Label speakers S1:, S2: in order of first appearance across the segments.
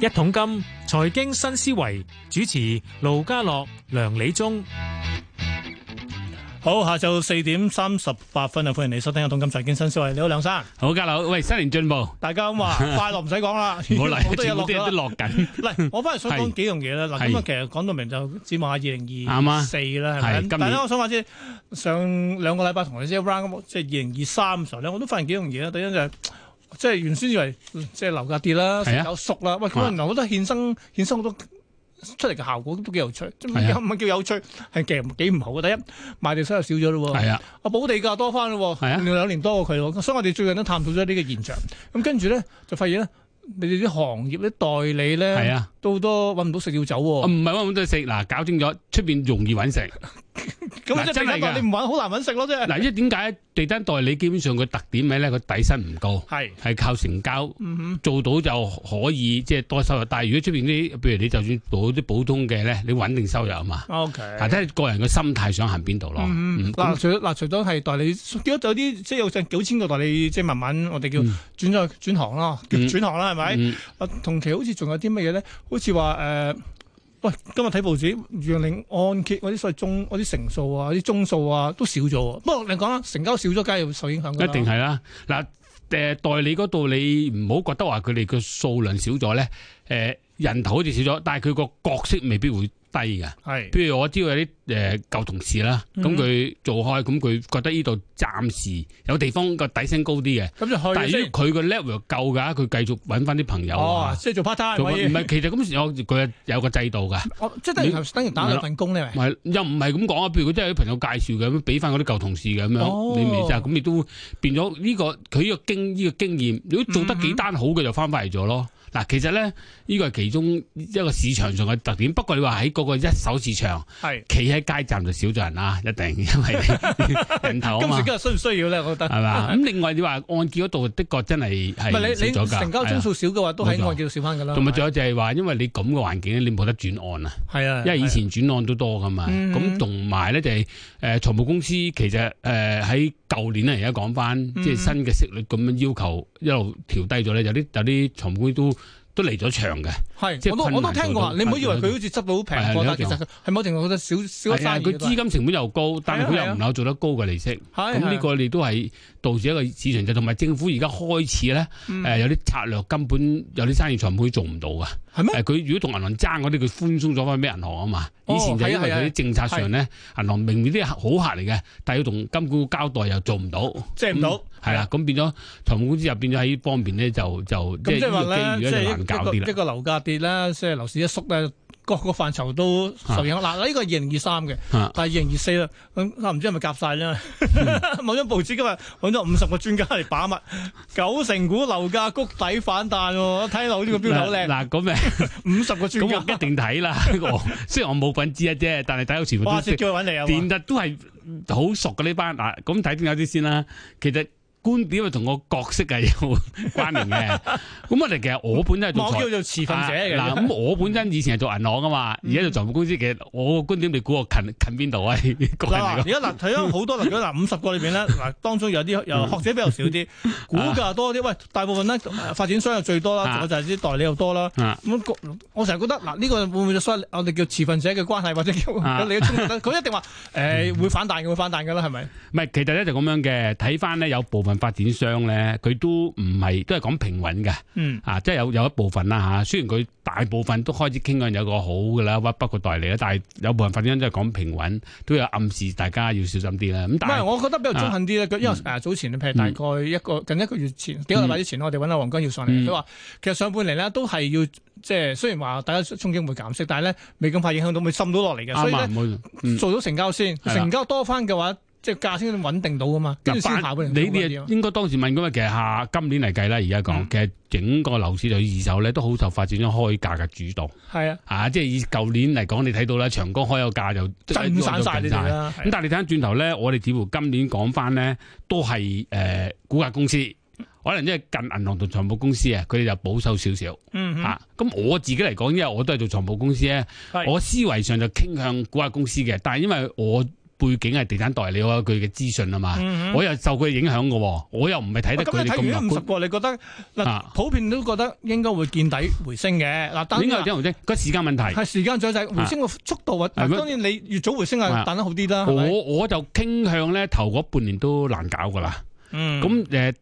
S1: 一桶金財經新思維主持盧家樂、梁理中。
S2: 好，下晝四點三十八分啊！歡迎你收聽《一桶金財經新思維》。你好，梁生，
S3: 好家佬，喂，新 年進步，唔
S2: 大家咁話快樂唔使講啦，
S3: 好嚟，
S2: 好多嘢
S3: 全部
S2: 落
S3: 啲人
S2: 咗
S3: 都
S2: 啦。
S3: 落緊，
S2: 嗱，我翻嚟想講
S3: 係
S2: 幾樣嘢啦。嗱，
S3: 係
S2: 咁啊，其實講到明就展望下二零
S3: 啱
S2: 二
S3: 啊
S2: 四啦，係咪？
S3: 係今年
S2: 但係咧，我想話先，上兩個禮拜同你即係 round，即係二零二三時候咧，我都發現幾樣嘢啦。第一就係即係原先以為即係樓價跌啦，
S3: 係啊
S2: 成交縮啦，喂，佢原來好多衍生衍生好多出嚟嘅效果都幾有趣，即係
S3: 係啊
S2: 唔係叫有趣，係其實幾唔好嘅。第一賣地收入少咗咯喎。
S3: 係啊，
S2: 啊，保地價多翻咯
S3: 係
S2: 喎，
S3: 啊
S2: 連兩年多過佢喎，所以我哋最近都探討咗呢個現象。咁跟住咧就發現咧，你哋啲行業啲代理
S3: 係
S2: 咧，
S3: 啊，嗯
S2: 都好多揾唔到食要走
S3: 唔
S2: 喎。
S3: 係揾咁多食，嗱，搞清楚，出邊容易揾食，
S2: 咁
S3: 嗱
S2: 即係
S3: 真係
S2: 你話
S3: 㗎
S2: 你唔揾好難揾食咯，即係。
S3: 嗱，因為點解地單代理基本上個特點咩咧？個底薪唔高，
S2: 係，
S3: 係靠成交。
S2: 嗯哼，
S3: 做到就可以即係多收入，但係如果出邊啲，譬如你就算做啲普通嘅咧，你穩定收入啊嘛，
S2: OK。
S3: 嗱，睇你個人嘅心態想行邊度咯。
S2: 嗯
S3: 嗯
S2: 嗯，嗱，除咗嗱，除咗係代理，見到有啲即係有成九千個代理，即係慢慢我哋叫
S3: 嗯
S2: 轉咗轉行啦，叫
S3: 嗯
S2: 轉行啦，係咪？
S3: 嗯
S2: 啊，同期好似仲有啲乜嘢咧？好似話誒，呃喂，今日睇報紙，讓令按揭嗰啲所謂中嗰啲成數啊、啲宗數啊都少咗喎。不過你講啦，成交少咗，梗係會受影響㗎啦。
S3: 一定係啦。嗱，誒代理嗰度你唔好覺得話佢哋嘅數量少咗咧，誒、人頭好似少咗，但係佢個角色未必會低嘅。
S2: 係
S3: 譬如我知道有啲誒、舊同事啦，
S2: 嗯
S3: 咁佢做開，咁佢覺得呢度暫時有地方個底薪高啲嘅，
S2: 咁就去咗
S3: 但係如
S2: 先。
S3: 果佢個 level 夠㗎，佢繼續揾翻啲朋友
S2: 哦
S3: 啊，。
S2: 即係做 part time
S3: 做個
S2: 可
S3: 唔
S2: 以，
S3: 係，其實咁有佢有個制度㗎，
S2: 哦即係等於等於打兩份工咧，
S3: 唔
S2: 咪
S3: 係又唔係咁講啊。譬如佢真係有啲朋友介紹嘅，咁俾翻嗰啲舊同事嘅咁樣，
S2: 哦
S3: 你明唔明啫？咁亦都變咗呢、個佢呢個經呢、個經驗。如果做得幾單好嘅，就翻返嚟咗咯。嗱，其實咧呢個係其中一個市場上嘅特點。不過你話喺嗰個一手市場，
S2: 係
S3: 企喺街站就少咗人啦，一定，因為人頭啊
S2: 今時
S3: 嘛，
S2: 今日需唔需要咧？我覺得
S3: 係嘛？咁另外你話按揭嗰度，的確真係
S2: 唔係
S3: 係
S2: 你
S3: 少
S2: 你
S3: 咗㗎
S2: 成交
S3: 係
S2: 宗
S3: 啊
S2: 數啊少嘅話，都喺
S3: 冇錯
S2: 按揭度少翻㗎啦。
S3: 同埋
S2: 係
S3: 仲有就係話，因為你咁嘅環境咧，你冇得轉按啊。
S2: 係啊，
S3: 因為以
S2: 係啊
S3: 前轉案都多噶嘛，
S2: 嗯
S3: 咁同埋咧就係誒財務公司其實誒喺舊年咧而家講翻，
S2: 嗯
S3: 即係新嘅息率咁樣要求一路調低咗咧，有啲有啲財務公司都都離咗場嘅，
S2: 係
S3: 即係
S2: 我都
S3: 困
S2: 我都
S3: 難
S2: 聽過啊
S3: 做到
S2: 你唔好以為佢好似執到好平
S3: 係啊
S2: 貨，但
S3: 你
S2: 係
S3: 都
S2: 其實佢係某程度覺得少少咗
S3: 係啊，
S2: 生意
S3: 佢
S2: 㗎都係。
S3: 資金成本又高，但係
S2: 係啊
S3: 佢又唔能夠做得高嘅利息，咁
S2: 係啊
S3: 呢個你都係導致一個市場就同埋政府而家開始咧
S2: 嗯
S3: 誒有啲策略根本有啲生意財務公司做唔到噶。
S2: 係咩？
S3: 誒佢如果同銀行爭嗰啲，佢寬鬆咗翻俾銀行啊嘛。
S2: 哦
S3: 以前就因為
S2: 係啊係啊
S3: 佢啲政策上咧，銀行明明啲好客嚟嘅，但係要同金管局交代又做唔到，
S2: 借唔到
S3: 咁。係啦，咁變咗財務公司又變咗喺呢方面咧，就就即
S2: 咁即
S3: 係
S2: 係話
S3: 呢個機
S2: 咧，即
S3: 遇咧就
S2: 係一
S3: 難搞
S2: 一個
S3: 啲啦。
S2: 一個樓價跌啦，即係樓市一縮咧，各個範疇都受影響。嗱，呢個係二零二三嘅，
S3: 啊
S2: 但係二零二四啦，咁啊唔知係咪夾晒咧？
S3: 嗯
S2: 某張報紙今日揾咗五十個專家嚟把脈，九成股樓價谷底反彈喎，睇樓呢個標頭好靚，
S3: 嗱咁誒，
S2: 五十個專
S3: 咁我
S2: 家
S3: 一，定睇啦。我雖然我冇份知一啫，但係睇到全部都
S2: 哇！即係叫佢揾你啊嘛，
S3: 電特都係好熟嘅呢班嗱，咁睇點有啲先啦。其實觀點係同我角色係有關聯嘅。咁我哋其實我本身係做
S2: 我
S3: 財
S2: 叫做持份者嚟
S3: 啊嗱，
S2: 嘅。嗯
S3: 咁我本身以前係做銀行噶嘛，而家做財務公司，其實我個觀點，你估我近近邊度啊？ 個人
S2: 嗱，
S3: 嚟
S2: 而家嗱睇咗好多嗱，如果嗱五十個裏邊咧，嗱當中有啲 有
S3: 嗯
S2: 學者比較少
S3: 啊
S2: 啲，股價多啲。喂，大部分咧呃發展商又最多啦，仲有
S3: 啊
S2: 就係啲代理又多啦。
S3: 講啊，
S2: 咁個我成日覺得嗱，呢、個會唔會就所謂我哋叫持份者嘅關係，或者叫
S3: 啊嗯
S2: 你嘅衝 突咧？佢一定話誒、會反彈嘅，會反彈嘅啦，係咪？
S3: 唔係，其實咧就咁樣嘅。睇翻咧有部分發展商咧，佢都唔係都係講平穩嘅。
S2: 嗯，
S3: 啊，即係有有一部分啦嚇、雖然佢大部分都開始傾向有個好嘅啦，屈不過代理啦，但係有部分發展商都係講平穩，都有暗示大家要小心啲啦。咁
S2: 唔
S3: 但
S2: 係，
S3: 係嗯
S2: 我覺得比較中肯啲咧。佢因為誒早前譬如大概一個近一個月前，幾個禮拜之前，我哋揾阿黃光耀上嚟，
S3: 嗯
S2: 佢話其實上半年咧都係要即係雖然話大家憧憬會減息，但係咧未咁快影響到，會滲到落嚟嘅。所以
S3: 啱啊，
S2: 咧
S3: 冇嗯
S2: 做到成交先，
S3: 係啦
S2: 成交多翻嘅話，即係價先穩定到噶嘛，跟住先下半
S3: 你
S2: 年啊先穩定
S3: 啲應該當時問噶嘛，其實下今年嚟計啦，而家講
S2: 嗯
S3: 其實整個樓市就二手咧都好受發展商開價嘅主導
S2: 係啊，
S3: 啊，即係以舊年嚟講，你睇到啦，長江開個價就
S2: 震散晒你
S3: 震
S2: 哋
S3: 晒
S2: 啦。
S3: 咁但係你睇翻轉頭咧，我哋似乎今年講翻咧，都係誒、呃估價公司，可能因為近銀行同財務公司啊，佢哋就保守少少
S2: 嗯哼
S3: 嚇。咁、我自己嚟講，因為我都係做財務公司咧
S2: 係，
S3: 我思維上就傾向估價公司嘅，但係因為我背景係地產代理嗰佢嘅資訊啊嘛，
S2: 嗯
S3: 我又受佢影響嘅喎，我又唔係睇
S2: 喂
S3: 得
S2: 啊咁
S3: 佢
S2: 你
S3: 哋
S2: 睇完
S3: 咁樂
S2: 五十
S3: 觀。
S2: 個，你覺得嗱
S3: 啊，
S2: 普遍都覺得應該會見底回升嘅。嗱，但
S3: 應該有
S2: 係
S3: 啲人啫，個時間問題。
S2: 係時間最細，回升嘅速度啊！
S3: 係
S2: 嗱
S3: 咩
S2: 當然你越早回升啊
S3: 啊，
S2: 彈得好啲啦。係咪
S3: 我我就傾向咧，頭嗰半年都難搞㗎啦。
S2: 嗯
S3: 咁誒、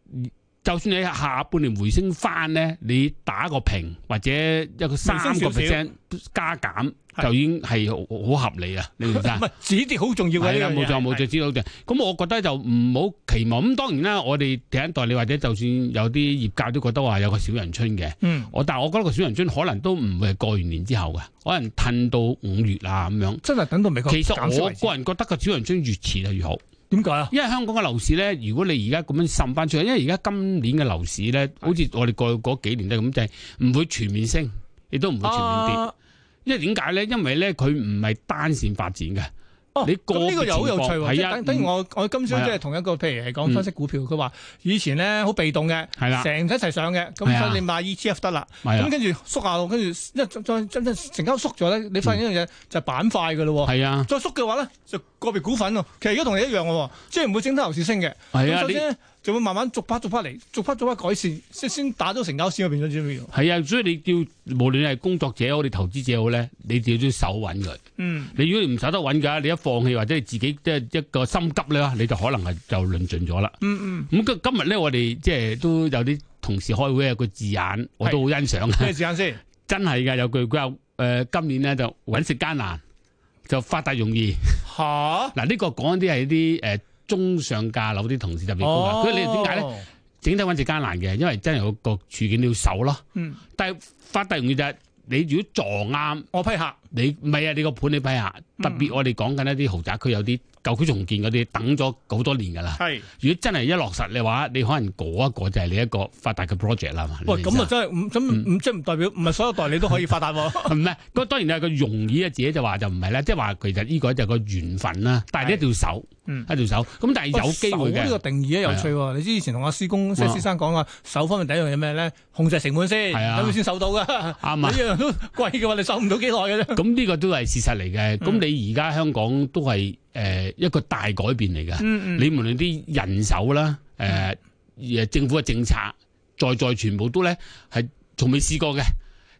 S3: 就算你下半年回升翻咧，你打個平或者一個三個
S2: 回升少
S3: percent 加減，
S2: 係
S3: 就已經係好好合理啊！你明唔明啊
S2: 唔？係止跌好重要嘅呢
S3: 係啦，
S2: 樣
S3: 冇
S2: 嘢
S3: 錯冇
S2: 係
S3: 錯，知道嘅。咁我覺得就唔好期望。咁當然啦，我哋第一代你或者就算有啲業界都覺得話有個小人春嘅。
S2: 嗯，
S3: 我但係我覺得個小人春可能都唔會係過完年之後嘅，可能褪到五月啊咁樣。
S2: 真係等到美國
S3: 其
S2: 減息
S3: 實我
S2: 為止
S3: 個人覺得個小人春越遲就越好，
S2: 點解啊？
S3: 因為香港嘅樓市咧，如果你而家咁樣滲翻出去，因為而家今年嘅樓市咧，好似我哋過去嗰幾年都係咁，就係唔會全面升，亦都唔會全面跌。
S2: 啊
S3: 因為點解咧？因為咧佢唔係單線發展嘅。
S2: 哦，
S3: 你個
S2: 咁呢個又好有趣
S3: 別
S2: 喎，
S3: 情況
S2: 即
S3: 係
S2: 係
S3: 啊
S2: 等等於我我今朝
S3: 係啊嗯
S2: 即係同一個譬如係講分析股票，佢話以前咧好被動嘅，
S3: 係啦
S2: 成體一齊上嘅，
S3: 係
S2: 咁
S3: 啊
S2: 所以你買 ETF 得啦，
S3: 係啊
S2: 咁跟住縮下路，跟住一再再再成交縮咗咧，你發現一樣嘢就係板塊嘅咯喎。
S3: 係啊，
S2: 再縮嘅話咧，就個別股份喎。其實而家同你一樣嘅喎，即係唔會整得樓市升嘅。
S3: 係
S2: 咁
S3: 啊，
S2: 首
S3: 你
S2: 先咧，就會慢慢逐 part 逐 part 嚟，逐 part 逐 part 改善，先
S3: 嗯
S2: 先打到成交線嗰邊咗知唔知？
S3: 係啊，所以你要無論你係工作者好，你投資者好咧，你就要手穩佢。
S2: 嗯，
S3: 你如果唔守得穩㗎，你一放棄或者你自己即係一個心急咧，你就可能係就論盡咗啦。
S2: 嗯
S3: 咁今今日咧，我哋即係都有啲同事開會啊，個字眼我都好欣賞
S2: 嗯，
S3: 嘅，
S2: 咩時間先？
S3: 真係㗎有句佢話誒，今年咧就揾食艱難，就發達容易。
S2: 吓？
S3: 嗱、呢個講啲係啲誒中上價樓啲同事特別
S2: 哦
S3: 高㗎。佢、你點解咧？
S2: 咧？
S3: 整體揾食艱難嘅，因為真係有個處境你要守咯。
S2: 嗯，
S3: 但係發達容易就係你如果撞啱。
S2: 我批客。
S3: 你唔係啊！你個盤你批下，
S2: 嗯
S3: 特別我哋講緊一啲豪宅區有啲舊區重建嗰啲，等咗好多年㗎啦。
S2: 係，
S3: 如果真係一落實嘅話，你可能嗰一個就係你一個發達嘅 project 啦嘛。
S2: 喂，
S3: 你明
S2: 咁
S3: 唔嗯明
S2: 啊真係唔咁唔即係唔代表唔係所有代理都可以發達 喎。
S3: 唔係，嗰當然啦，個容易啊，自己就話就唔係啦，即係話其實呢個就係個緣分啦，但係你一定要守，
S2: 嗯
S3: 一定要守。咁但係有機會啊
S2: 手呢個
S3: 嘅，
S2: 定義啊咧有趣喎。你知以前同阿師
S3: 嗯
S2: 公即係師生講話，手方面第一樣嘢咩咧？控制成本先，
S3: 係啊
S2: 咁你先手到噶。
S3: 啱
S2: 每
S3: 啊。
S2: 樣都貴嘅話，你守唔到幾耐嘅啫。
S3: 咁呢個都係事實嚟嘅。咁
S2: 嗯
S3: 你而家香港都係誒、呃一個大改變嚟嘅。
S2: 嗯
S3: 你無論啲人手啦，誒、誒政府嘅政策，在在全部都咧係從未試過嘅。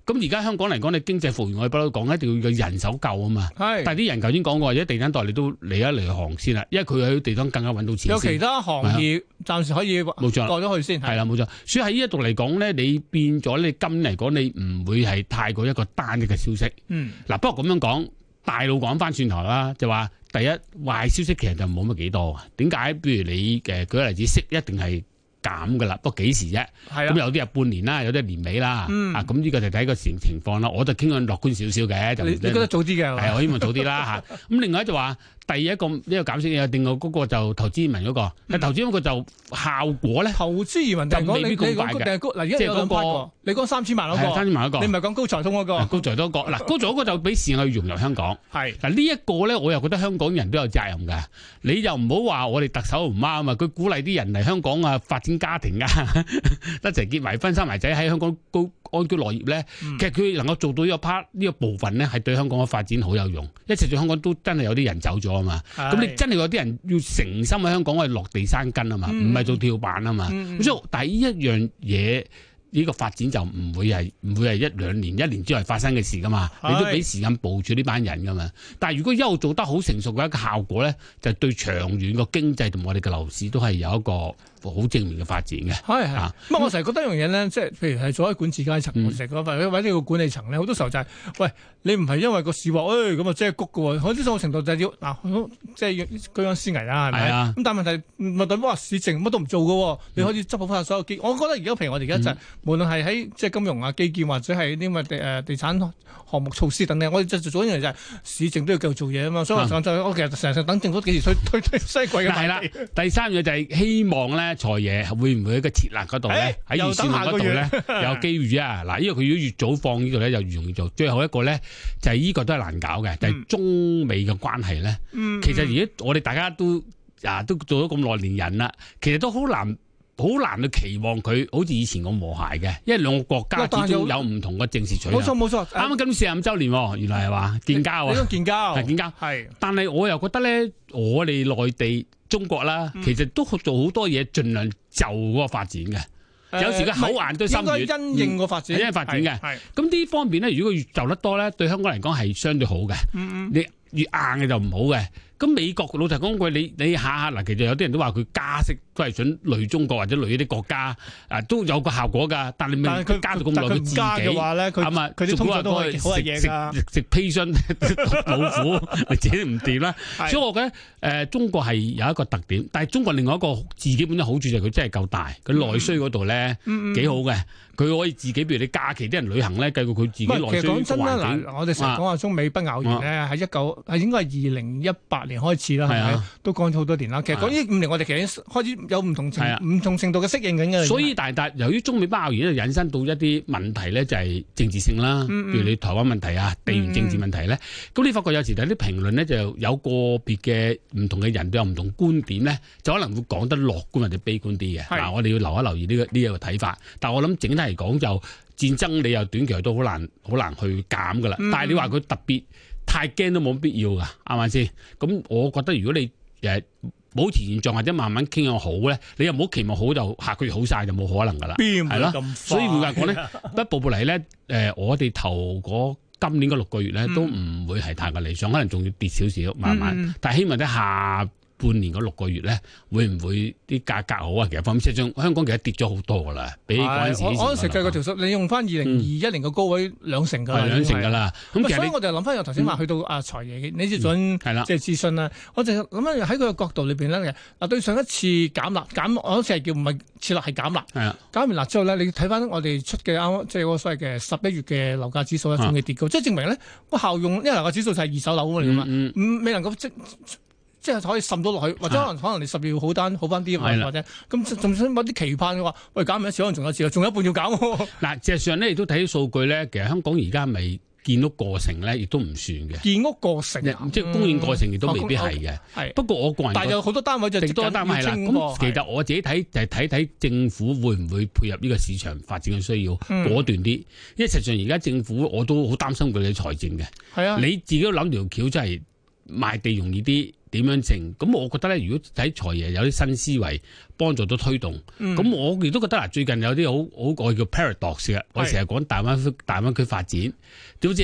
S3: 咁而家香港嚟講，你經濟復原，我哋不嬲講，一定要有人手夠啊嘛。
S2: 係
S3: 但。係啲人頭先講過，而家地產代理都嚟一嚟行先啦，因為佢喺地產更加揾到錢
S2: 有其
S3: 先。
S2: 他行業暫時可以過
S3: 啊冇錯啦，
S2: 咗去先，
S3: 係啦，啊冇錯。所以喺呢一度嚟講咧，你變咗你今嚟講，你唔會係太過一個單一嘅消息。
S2: 嗯
S3: 嗱，不過咁樣講，大佬講翻轉頭啦，就話第一壞消息其實就冇乜幾多啊。點解？譬如你誒舉個例子，息一定係減噶啦，不過幾時啫？
S2: 係
S3: 咁
S2: 啊。
S3: 有啲係半年啦，有啲係年尾啦。
S2: 嗯
S3: 啊，咁呢個就睇個情情況啦。我就傾向樂觀少少嘅，就
S2: 你你覺得早啲嘅係
S3: 係啊
S2: 嘛
S3: 我希望早啲啦嚇。咁另外就話第一個呢個減息嘅，另外嗰個就投資移民嗰個，
S2: 嗯
S3: 但投資移民嗰個就效果咧，
S2: 投資移民定係講
S3: 就
S2: 你
S3: 未
S2: 你
S3: 必咁
S2: 講
S3: 快嘅
S2: 定係高嗱，而家
S3: 即係
S2: 有
S3: 嗰
S2: 兩
S3: 個
S2: part 喎你講三千萬
S3: 係
S2: 嗰
S3: 三千萬
S2: 個，
S3: 嗰
S2: 你唔
S3: 個，
S2: 係講高才通嗰個，
S3: 啊高才多個。 嗱，高才多個就俾市場去融入香港。
S2: 係
S3: 嗱呢一個咧，我又覺得香港人都有責任㗎。你又唔好話我哋特首唔啱啊！佢鼓勵啲人嚟香港啊，發展家庭啊， 一齊結埋婚生埋仔喺香港高安居樂業咧。
S2: 嗯
S3: 其實佢能夠做到呢個 part 呢個部分咧，係對香港嘅發展好有用。一直對香港都真係有啲人走咗啊嘛。咁你
S2: 係
S3: 真係有啲人要誠心喺香港係落地生根啊嘛，
S2: 嗯
S3: 唔係做跳板啊嘛。
S2: 嗯嗯
S3: 咁所以但係呢一樣嘢。呢個發展就唔會係唔會係一兩年、一年之內發生嘅事噶嘛，你
S2: 係
S3: 都俾時間部署呢班人噶嘛。但係如果一路做得好成熟嘅一個效果咧，就對長遠個經濟同我哋嘅樓市都係有一個好正面嘅發展嘅。
S2: 係係，
S3: 啊
S2: 咁啊我成日覺得一樣嘢咧，即係譬如係做喺管治階層，
S3: 嗯
S2: 我成日覺得或者或者個管理層咧，好多時候就係、喂，你唔係因為個市話，誒咁啊，即係谷嘅喎，我啲某程度就係要嗱、即係要居安思危啦，係咪？
S3: 係啊
S2: 咁
S3: 嗯
S2: 但係問題唔係代表話市政乜都唔做嘅喎，你可以執好翻所有基。我覺得而家譬如我哋而家就係、無論係喺即係金融啊、基建或者係啲乜地誒地產項目措施等等，我哋就做一樣嘢就係市政都要繼續做嘢啊嘛。所以我
S3: 嗯
S2: 想就我其實成日等政府幾時推推推西貴嘅
S3: 嗱係啦
S2: 賣地，
S3: 第三樣就係希望咧，財爺會唔會喺個設立嗰度咧，
S2: 誒
S3: 喺預算案嗰度 咧有機遇啊！嗱，因為佢如果越早放呢度咧，就越容易做。最後一個咧就係、呢個都係難搞嘅，就係、
S2: 嗯
S3: 中美嘅關係咧。
S2: 嗯
S3: 其實而家我哋大家都啊都做咗咁耐年人啦，其實都好難好難去期望佢好似以前咁和諧嘅，因為兩個國家
S2: 嗱啊但係
S3: 始終
S2: 有
S3: 有唔同嘅政治取向。
S2: 冇錯
S3: 啱
S2: 冇錯，誒
S3: 啱今年四十五週年喎，原來係話建交
S2: 你
S3: 啊
S2: 都，建交
S3: 係建交。
S2: 係
S3: 但係我又覺得咧，我哋內地中國啦，
S2: 嗯
S3: 其實都做好多嘢，盡量就嗰個發展嘅。有時嘅口硬都心軟
S2: 應該因應個發展，
S3: 嗯係因應發展嘅
S2: 係係
S3: 咁呢方面咧，如果佢越就得多咧，對香港嚟講係相對好嘅。
S2: 嗯嗯
S3: 你越硬嘅就唔好嘅。咁美國老實講句，你你下下嗱，其實有啲人都話佢加息都係想累中國或者累啲國家，啊都有個效果㗎。但係你咪
S2: 但係佢
S3: 加到嗯咁耐，
S2: 但係佢
S3: 佢自
S2: 唔
S3: 己
S2: 加嘅話咧，佢
S3: 啱啊，
S2: 佢啲通脹都係
S3: 仲
S2: 好
S3: 好
S2: 係
S3: 過
S2: 嘢
S3: 食
S2: 㗎
S3: 食食砒霜 老虎，你自己唔掂啦。
S2: 係
S3: 所以我覺得誒、呃中國係有一個特點，但係中國另外一個自己本身好處就係佢真係夠大，佢內需嗰度咧
S2: 嗯嗯
S3: 幾好嘅，佢可以自己譬如你假期啲人旅行咧，計過佢自己
S2: 唔係，
S3: 內
S2: 其
S3: 需
S2: 實講真啦，
S3: 環境。啊
S2: 嗱，我哋成日講話中美不咬完咧，喺一九係應該係二零一八年開始啦，係
S3: 係
S2: 咪
S3: 啊？
S2: 都講咗好多年啦。其實講呢五年，我哋其實已經開始有唔同
S3: 係啊
S2: 程唔同程度嘅適應緊嘅。
S3: 所以但係但係由於中美包而咧，引申到一啲問題咧，就係政治性啦，
S2: 嗯嗯嗯
S3: 譬如你台灣問題啊、地緣政治問題咧，咁你發覺有時有啲評論咧，就有個別嘅唔同嘅人都有唔同觀點咧，就可能會講得樂觀或者悲觀啲嘅。
S2: 係
S3: 嗱，我哋要留一留意呢、個呢一、個睇法。但我諗整體嚟講就戰爭，你又短期都好難好難去減噶啦。
S2: 嗯
S3: 但係你話佢特別太驚都冇必要噶，啱唔啱先？咁我覺得如果你誒保持現狀或者慢慢傾向好咧，你又唔好期望好就下個月好晒就冇可能噶啦。
S2: 邊會
S3: 係咯
S2: 咁快？
S3: 所以換 話講 咧，一步步嚟咧，誒、我哋頭嗰今年嗰六個月咧
S2: 嗯
S3: 都唔會係太過理想，可能仲要跌少少，慢慢。
S2: 嗯嗯
S3: 但係希望喺下半年嗰六個月咧，會唔會啲價格好啊？其實方面，事實上香港其實跌咗好多噶啦，比嗰陣時
S2: 係我我
S3: 以前
S2: 食計
S3: 嚟
S2: 個
S3: 講
S2: 條數，你用翻二零二一年嘅高位兩成㗎啦，
S3: 嗯係兩成噶啦。
S2: 已經
S3: 咁
S2: 係。咁所
S3: 其
S2: 以
S3: 實嗯
S2: 我就諗翻，我頭先話去到啊財爺嘅，你只準
S3: 你係啦。
S2: 即係諮詢啦。我就諗翻喺佢嘅角度裏邊咧，嗱對上一次減辣減，我好似係叫唔係設立係減辣。
S3: 係啊，
S2: 減完辣之後咧，你睇翻我哋出嘅啱啱即係嗰個所謂嘅十一月嘅樓價指數咧，
S3: 啊
S2: 仲要跌高，即係證明咧個效用，因為樓價指數就係二手樓嚟噶
S3: 嗯
S2: 嘛，
S3: 嗯，
S2: 唔未能夠即即係可以滲到落去，或者
S3: 啊
S2: 可能可能你十二月好單好翻啲，
S3: 係啦
S2: 或者咁仲想某啲期盼嘅話，喂減完一次可能仲有一次，仲有一半要減 喎，
S3: 嗱，事實上咧亦都睇啲數據咧，其實香港而家咪見到過程咧，亦都唔算嘅，
S2: 建屋過成啊
S3: 嗯即係供應過程亦都未必係
S2: 嗯
S3: 嘅。
S2: 係，
S3: 不過我個人覺
S2: 但係
S3: 得
S2: 有好多單位就
S3: 定多單係啦。咁其實我自己睇就係睇睇政府會唔會配合呢個市場發展嘅需要，
S2: 嗯
S3: 果斷啲。因為實際上而家政府我都好擔心佢嘅財政嘅。
S2: 係啊，
S3: 你自己都諗條橋，真係賣地容易啲，點樣整？咁我覺得咧，如果睇財爺有啲新思維幫助到推動，咁、
S2: 咁
S3: 我亦都覺得嗱，最近有啲好好我叫 paradox 嘅，我成日講大灣區大灣區發展，好似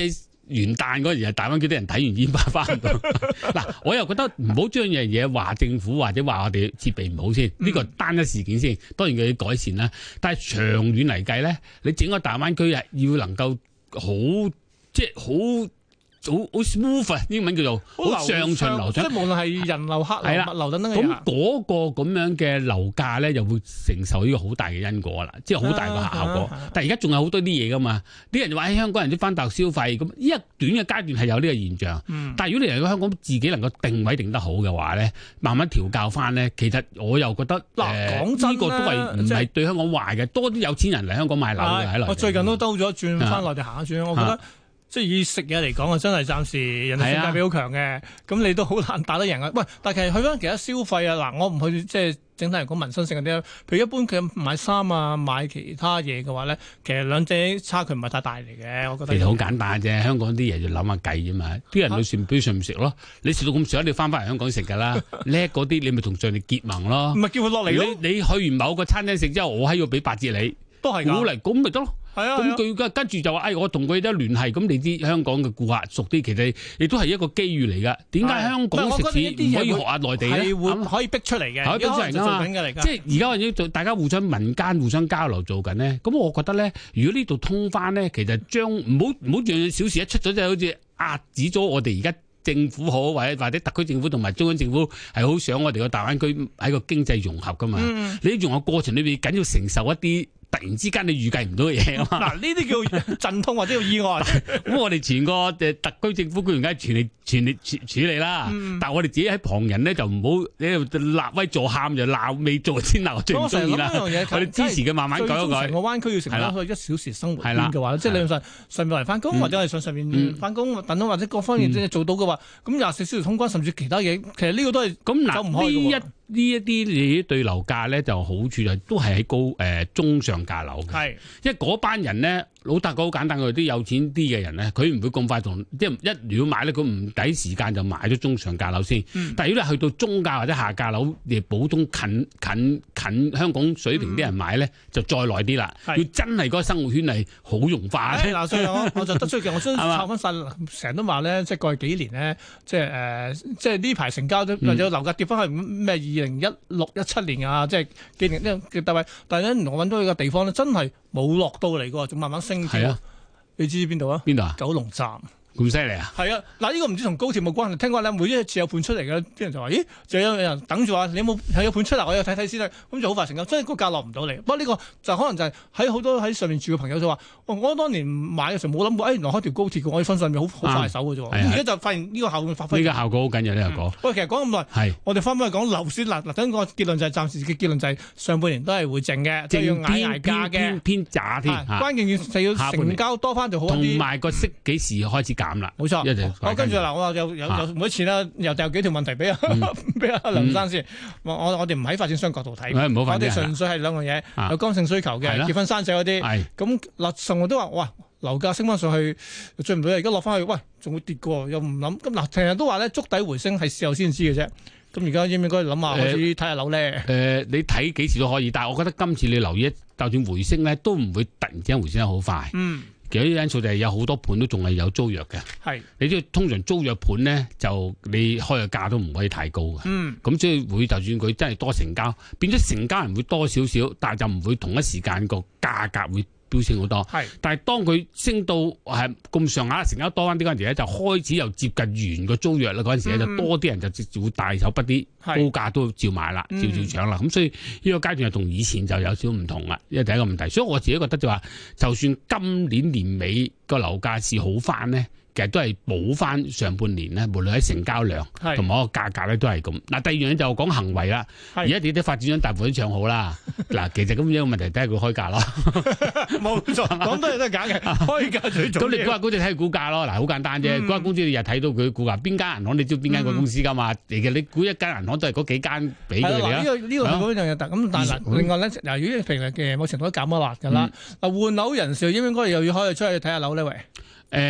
S3: 元旦嗰陣時，大灣區啲人睇完煙花翻唔到。 嗱，我又覺得唔好將樣嘢話政府或者話我哋設備唔好先，呢個係單一事件先，當然佢要改善啦。但係長遠嚟計咧，你整個大灣區係要能夠好即係好好好 smooth 啊，英文叫做好上循流
S2: 即係
S3: 暢。
S2: 啊無論係人流、客
S3: 係
S2: 流、
S3: 啦
S2: 物流等等嘅嘢
S3: 咁
S2: 啊，
S3: 嗰個咁樣嘅樓價咧，又會承受呢個好大嘅因果啦，即係好大個效果
S2: 啊啊啊。
S3: 但係而家仲有好多啲嘢噶嘛，啲人就話喺哎香港人都翻大陸消費，咁呢一短嘅階段係有呢個現象。
S2: 嗯
S3: 但係如果你嚟到香港自己能夠定位定得好嘅話咧，慢慢調教翻咧，其實我又覺得
S2: 嗱
S3: 呃
S2: 講真
S3: 呢個都係唔
S2: 咧即係
S3: 係對香港壞嘅，多啲有錢人嚟香港買樓嘅喺內
S2: 係
S3: 地
S2: 啊我最近都兜咗轉
S3: 啊
S2: 翻內地行一轉，我覺得。即係以食嘢嚟講啊，真係暫時人哋性價比好強
S3: 啊
S2: 嘅，咁你都好難打得贏啊！喂，但係其實去翻其他消費啊，嗱，我唔去即係整體嚟講民生性嗰啲啦，譬如一般佢買衫啊、買其他嘢嘅話咧，其實兩者差距唔係太大嚟嘅，我覺
S3: 其實好
S2: 得。
S3: 簡單啫，香港啲嘢就諗下計啫嘛。啲人去船杯上唔食咯，你食到咁上，你翻返嚟香港食 㗎啦。叻嗰啲你咪同上帝結盟咯
S2: 唔。係叫佢落嚟咯，
S3: 你你去完某個餐廳食之後，我喺度俾八折你，
S2: 都係
S3: 鼓
S2: 㗎。
S3: 勵咁咪得咯。
S2: 係啊，係
S3: 咁
S2: 啊
S3: 佢跟住就話：，哎，我同佢都聯繫。咁你啲香港嘅顧客熟啲，其實亦都係一個機遇嚟㗎。點解
S2: 係
S3: 香
S2: 唔係
S3: 港
S2: 我
S3: 食
S2: 覺得
S3: 肆
S2: 呢啲
S3: 唔
S2: 嘢
S3: 可以
S2: 會
S3: 學下內地咧？
S2: 係
S3: 啱
S2: 會
S3: 啊
S2: 可以逼出嚟嘅，
S3: 係
S2: 而
S3: 逼
S2: 家
S3: 出
S2: 可能
S3: 嚟
S2: 就
S3: 㗎
S2: 做
S3: 嘛
S2: 緊嘅嚟㗎。
S3: 即係而家我哋做大家互相民間互相交流做緊咧，咁我覺得咧，如果呢度通翻咧，其實將唔好唔好樣樣小事一出咗就好似壓止咗我哋而家政府好，或者或者特區政府同埋中央政府係好想我哋個大灣區喺個經濟融合噶嘛。
S2: 嗯
S3: 你融合過程裏邊，緊要承受一啲突然之間你預計唔到嘅嘢啊嘛。
S2: 嗱，呢啲 叫陣痛或者叫意外。
S3: 咁我哋全個誒特區政府官員梗係全力全力處處理啦，
S2: 嗯
S3: 但係我哋自己喺旁人咧就唔好喺度立威助喊就鬧未做先鬧，最唔
S2: 我成
S3: 中
S2: 日
S3: 意
S2: 諗
S3: 啦。
S2: 一樣嘢，
S3: 我哋支持嘅慢慢
S2: 最
S3: 改一
S2: 終
S3: 改
S2: 成個。灣區要成
S3: 係啦
S2: 為一個一小時生活圈
S3: 係啦
S2: 嘅話咧，即係
S3: 係
S2: 理論上上面嚟翻工，
S3: 嗯
S2: 或者係上上面
S3: 嗯
S2: 翻工等等，或者各方面
S3: 嗯
S2: 即係做到嘅話，咁廿四小時通關，甚至其他嘢，其實呢個都係
S3: 咁
S2: 走唔
S3: 嗱，
S2: 開㗎喎
S3: 呢呢一啲你對樓價咧就好處就都係喺高誒、呃中上價樓嘅。
S2: 係
S3: 因為嗰班人咧，老達哥好簡單，佢啲有錢啲嘅人咧，佢唔會咁快同即係一如果買咧，佢唔抵時間就買咗中上價樓先。
S2: 嗯
S3: 但係如果你去到中價或者下價樓，亦普通近近近香港水平啲人買咧，就再耐啲啦。
S2: 嗯係
S3: 要真係嗰個生活圈係好融化
S2: 唉
S3: 咧，
S2: 嗱，所以 我我就得出嘅，我想
S3: 係嘛
S2: 炒翻晒，成日都話咧，即係過去幾年咧，即係誒，即係呢排成交都
S3: 嗯
S2: 或者樓價跌翻去咩二零一六一七年啊，即係幾年呢個嘅低位，但係咧我揾到呢個地方咧，真係冇落到嚟嘅喎，仲慢慢升
S3: 係
S2: 嘅
S3: 啊。
S2: 你知邊度啊？
S3: 邊度啊？
S2: 九龍站。
S3: 咁犀利啊！
S2: 係啊，嗱，呢個唔知同高鐵冇關係。聽講咧，每一次有盤出嚟嘅，啲人就話：咦，就有人等住啊！你有冇係有盤出嚟？我有睇睇先啦。咁就好快成交，真係個價落唔到嚟。不過呢個就可能就係喺好多喺上面住嘅朋友就話：哦我當年買嘅時候冇諗過，哎，原來開條高鐵嘅，我可以分上面好好快手嘅啫喎。
S3: 係啊係
S2: 咁而家就發現呢個效用發
S3: 呢
S2: 揮
S3: 個。效果好緊要呢個講
S2: 喂，其實講咁耐，
S3: 係
S2: 我哋翻返去講樓市嗱嗱，等個結論就係暫時嘅結論就係上半年都係會靜嘅，即係要
S3: 正
S2: 捱捱
S3: 偏
S2: 價
S3: 偏
S2: 嘅
S3: 偏。偏渣添
S2: 啊
S3: 嚇
S2: 關鍵就要
S3: 下半年
S2: 成交多翻就好一
S3: 同
S2: 啲。
S3: 埋個息幾時開始減啦？
S2: 冇錯
S3: 一定，
S2: 好，跟住嗱，我話有
S3: 啊
S2: 有有每一次啦，又掉幾條問題俾阿
S3: 嗯
S2: 俾阿梁生先。我我我哋唔喺發展商角度睇，
S3: 誒唔好
S2: 我
S3: 發展
S2: 哋
S3: 係啦
S2: 純粹係兩樣嘢，
S3: 啊
S2: 有剛性需求嘅
S3: 係啦啊
S2: 結婚生仔嗰啲。
S3: 係
S2: 咁嗱，成日都話哇，樓價升翻上去追唔到，而家落翻去，喂，仲會跌過，又唔諗。咁嗱，成日都話咧，築底回升係事後先知嘅啫。咁而家應唔應該諗下
S3: 誒
S2: 開始睇下樓咧？
S3: 誒、你睇幾時都可以，但係我覺得今次你留意，就算回升咧，都唔會突然之間回升得好快。
S2: 嗯，
S3: 其實呢啲因素就係有好多盤都仲係有租約嘅。
S2: 係，
S3: 你知道通常租約盤咧，就你開嘅價都唔可以太高嘅。
S2: 嗯，
S3: 咁所以會就算佢真係多成交，變咗成交人會多少少，但係就唔會同一時間個價格會飆升好多。
S2: 係，
S3: 但係當佢升到係咁上下成交多翻啲嗰陣時咧，就開始又接近完個租約啦。嗰陣時咧
S2: 嗯
S3: 就多啲人就直接會大手筆啲，高
S2: 係
S3: 價都照買啦，照
S2: 嗯
S3: 照搶啦。咁、所以呢個階段就同以前就有少少唔同啦，因為第一個問題。所以我自己覺得就話，就算今年年尾個樓價是好翻咧，其實都係補翻上半年咧，無論喺成交量
S2: 係
S3: 同埋個價格咧都係咁。嗱，第二樣嘢就講行為啦。
S2: 係
S3: 而家你啲發展商大部分都唱好啦。嗱，其實咁樣個問題睇下佢開價咯。
S2: 冇錯，講多嘢都係假嘅，開價最重
S3: 咁
S2: 要。
S3: 你估下公司睇佢股價咯，嗱好簡單
S2: 嗯
S3: 啫。估下公司你又睇到佢股價，邊間銀行你知道邊間個公司噶嘛？其實你估一間銀行都係嗰幾間俾佢
S2: 係
S3: 哋啊
S2: 啦，嗱呢
S3: 啦。
S2: 個呢個
S3: 啊
S2: 嗰樣嘢特咁，但係嗱另外咧，嗱如果譬如嘅某程度都減咗辣㗎啦，
S3: 嗯
S2: 嗱換樓人士應唔應該又要可以出去睇下樓呢？喂，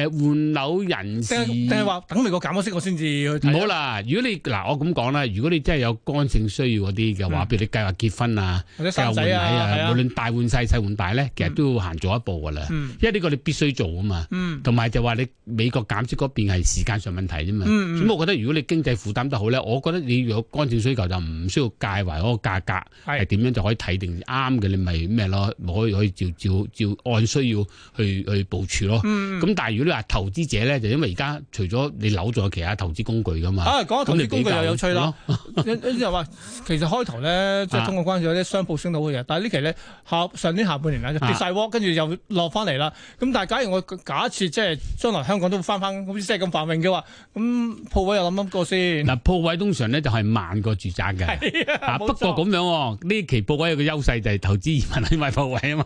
S3: 誒換樓人士
S2: 定係定係話啊等美國減咗息我先至去睇？
S3: 唔好啦。如果你嗱我咁講啦，如果你真係有剛性需要嗰啲嘅話，
S2: 嗯
S3: 譬如你計劃結婚啊、
S2: 或者
S3: 計劃
S2: 生仔
S3: 換禮
S2: 啊，係
S3: 啊，無
S2: 啊，
S3: 論大換細、細換大咧，其實都要行早一步噶啦。
S2: 嗯
S3: 因為呢個你必須做啊嘛。
S2: 嗯
S3: 同埋就話你美國減息嗰邊係時間上問題啫嘛。
S2: 嗯
S3: 咁、
S2: 嗯，
S3: 我覺得如果你經濟負擔得好咧，我覺得你有剛性需求就唔需要介懷嗰個價格係
S2: 係
S3: 點樣就可以睇定啱嘅，你咪咩咯，可以可以照照照按需要去去部署咯。
S2: 嗯
S3: 咁、但係如果你話投資者咧，就因為而家除咗你樓仲有其他投資工具噶嘛，
S2: 啊講下投
S3: 咁你
S2: 資工
S3: 比
S2: 具
S3: 較
S2: 又有趣啦。
S3: 咯。
S2: 有有啲人話其實開頭咧，即係
S3: 啊
S2: 通過關注有啲商鋪升到好嘅，但係呢期咧下上年下半年啦就
S3: 啊
S2: 跌晒鍋，跟住又落翻嚟啦。咁但係假如我假設即係將來香港都翻翻好似真係咁繁榮嘅話，咁鋪位又諗諗過先。
S3: 嗱，鋪位通常咧就係慢過住宅嘅。啊！
S2: 冇
S3: 不過
S2: 錯
S3: 咁樣喎，呢期鋪位有個優勢就係投資移民去買鋪位啊嘛，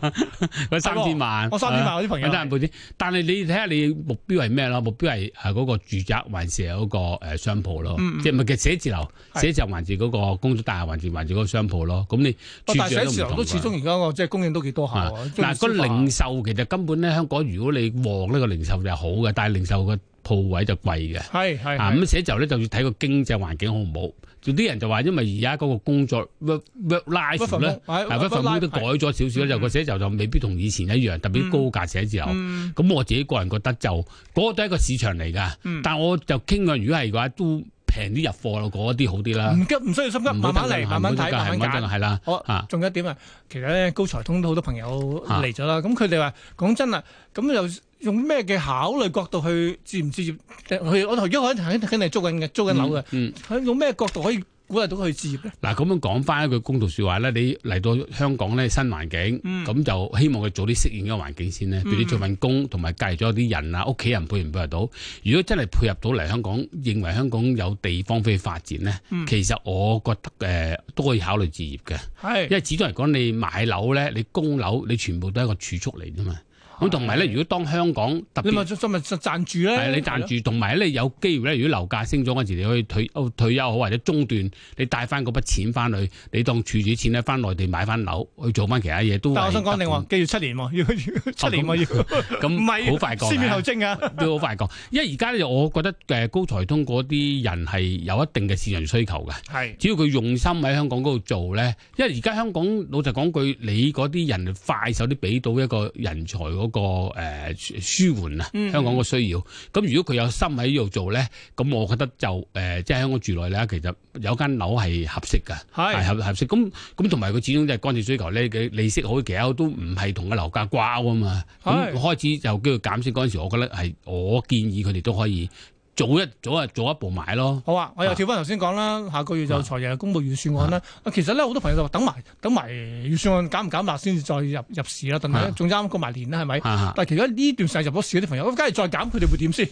S3: 嗰三千萬，
S2: 我三千萬我啲朋友
S3: 有得人報紙但係你睇下你目標係咩咯？目標係誒嗰個住宅還是係嗰個誒商鋪咯？
S2: 嗯嗯
S3: 即係唔係嘅寫字樓、
S2: 係
S3: 寫字樓還是嗰個工作大廈還是還是嗰個商鋪咯？咁你
S2: 哦但係寫
S3: 住
S2: 字
S3: 宅
S2: 樓
S3: 都
S2: 都
S3: 唔
S2: 始
S3: 同㗎
S2: 終而家個即係供應都幾多下
S3: 啊
S2: 喎。
S3: 嗱，個
S2: 中意消化
S3: 零售其實根本咧，香港如果你旺呢個零售就係好嘅，但係零售個鋪位就貴嘅。
S2: 係係
S3: 啊
S2: 係
S3: 咁寫就咧就要睇個經濟環境好唔好。有啲人就話因為而家嗰個工作 work work
S2: Work
S3: life
S2: from
S3: 咧，
S2: home，係
S3: 啊 work
S2: work
S3: from home 都
S2: life，
S3: 改咗少少咧，就個寫就就未必同以前一樣，特別高價寫字樓。
S2: 嗯
S3: 咁我自己個人覺得就嗰個都係一個市場嚟㗎，
S2: 嗯
S3: 但我就傾向如果係嘅話，都平啲入貨咯，嗰啲好啲啦。
S2: 唔急唔需要心急，
S3: 啊唔
S2: 嗯慢
S3: 好
S2: 慢
S3: 得
S2: 嚟，
S3: 啦
S2: 慢慢睇，
S3: 唔好得啦
S2: 慢慢
S3: 唔好得啦
S2: 揀。
S3: 啊係啦，
S2: 我
S3: 啊
S2: 仲有一點啊，其實咧高才通都好多朋友
S3: 啊
S2: 嚟咗啦，咁佢哋話講真啊，咁又用咩嘅考慮角度去置唔置業？佢我頭先我肯定係租緊嘅，租緊樓嘅，
S3: 嗯。
S2: 佢用咩角度可以鼓勵到佢置業咧？
S3: 嗱，咁樣講翻一句公道説話咧，你嚟到香港咧新環境，咁、
S2: 嗯
S3: 就希望佢早啲適應呢個環境先咧。譬如你做份工，同埋隔離咗啲人啊，屋企人配唔配合到？如果真係配合到嚟香港，認為香港有地方俾佢發展咧，
S2: 嗯
S3: 其實我覺得誒、呃都可以考慮置業嘅，因
S2: 係
S3: 為始終嚟講，你買樓咧，你供樓，你全部都係一個儲蓄嚟啫嘛。咁同埋咧，如果當香港特
S2: 哦你咪
S3: 別
S2: 再咪賺住咧，
S3: 係你賺住，同埋咧有機會咧，如果樓價升咗嗰陣時，你可以退退休好或者中斷，你帶翻嗰筆錢翻去，你當儲住錢咧翻內地買翻樓去做翻其他嘢都係得嘅。哦
S2: 但我想講定話，記住七年喎，要要七年喎，要唔
S3: 咁
S2: 係
S3: 嗯好快講
S2: 先
S3: 嘅
S2: 面後精啊！
S3: 都好快講，因為而家咧，我覺得誒高才通嗰啲人係有一定嘅市場需求嘅。
S2: 係
S3: 只要佢用心喺香港嗰度做咧，因為而家香港老實講句，你嗰啲人快手啲俾到一個人才嗰、個、呃、舒舒緩啊，
S2: 嗯
S3: 香港個需要。咁如果佢有心喺呢度做咧，咁我覺得就誒、呃即係香港住耐咧，其實有間樓係合適㗎。係
S2: 係
S3: 合合適，咁咁同埋佢始終就係剛性需求咧，佢利息好其他都唔係同個樓價掛鈎啊嘛。
S2: 係
S3: 咁開始就叫佢減息嗰陣時，我覺得係我建議佢哋都可以早一早啊早一步買咯。
S2: 好啊！我又跳翻頭先講啦，下個月就財爺公布預算案啦。啊其實咧好多朋友就話等埋等埋預算案減唔減辣先至再入入市啦，等等
S3: 啊
S2: 仲啱過埋年啦，係咪？
S3: 啊
S2: 但係其實呢段時間入咗市嗰啲朋友，咁梗係再減，佢哋會點 先？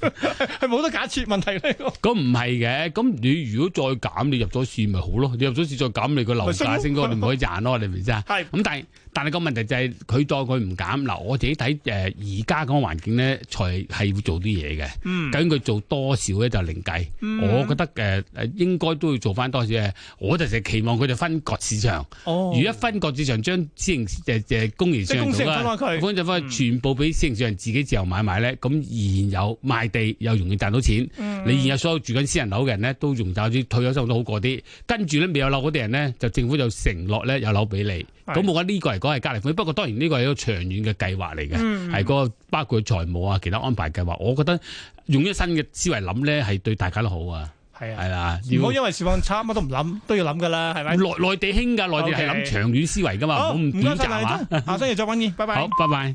S2: 係冇得假設問題咧。
S3: 咁唔係嘅，咁你如果再減，你入咗市咪好咯？你入咗市再減，你個樓價升咗，你咪可以賺咯，你明唔明先啊？
S2: 係
S3: 咁但 係但係個問題就係佢當佢唔減嗱，我自己睇誒而家咁嘅環境咧，財係會做啲嘢嘅。
S2: 嗯
S3: 究竟佢做多少咧就另計。我覺得誒誒、呃、應該都要做翻多少嘅。我就成日期望佢哋分割市場，
S2: 哦
S3: 如果一分割市場將私營誒誒公營市
S2: 即係
S3: 場
S2: 公司
S3: 做
S2: 人分開佢。嗯
S3: 分就翻全部俾私營市場自己自由買賣咧，咁現有賣地又容易賺到錢。
S2: 嗯
S3: 你現有所有住緊私人樓嘅人咧，都容易賺啲退休生活都好過啲。跟住咧未有樓嗰啲人咧，就政府就承諾咧有樓俾你。
S2: 係
S3: 咁我覺得呢個嚟講係加力款，不過當然呢個係一個長遠嘅計劃嚟嘅，
S2: 嗯
S3: 係嗰個包括財務啊、其他安排計劃。我覺得用一新嘅思維諗咧，係對大家都好啊，
S2: 係啊，
S3: 係啦。
S2: 唔好
S3: 要
S2: 因為市況差乜都唔諗，都要諗㗎啦，係咪？
S3: 內內地興㗎，內地係
S2: OK
S3: 諗長遠思維㗎嘛，唔好
S2: 好，唔
S3: 咁
S2: 該
S3: 短
S2: 晒
S3: 暫
S2: 賴
S3: 啊。
S2: 生，下星期再揾你，拜拜
S3: 好。，拜拜。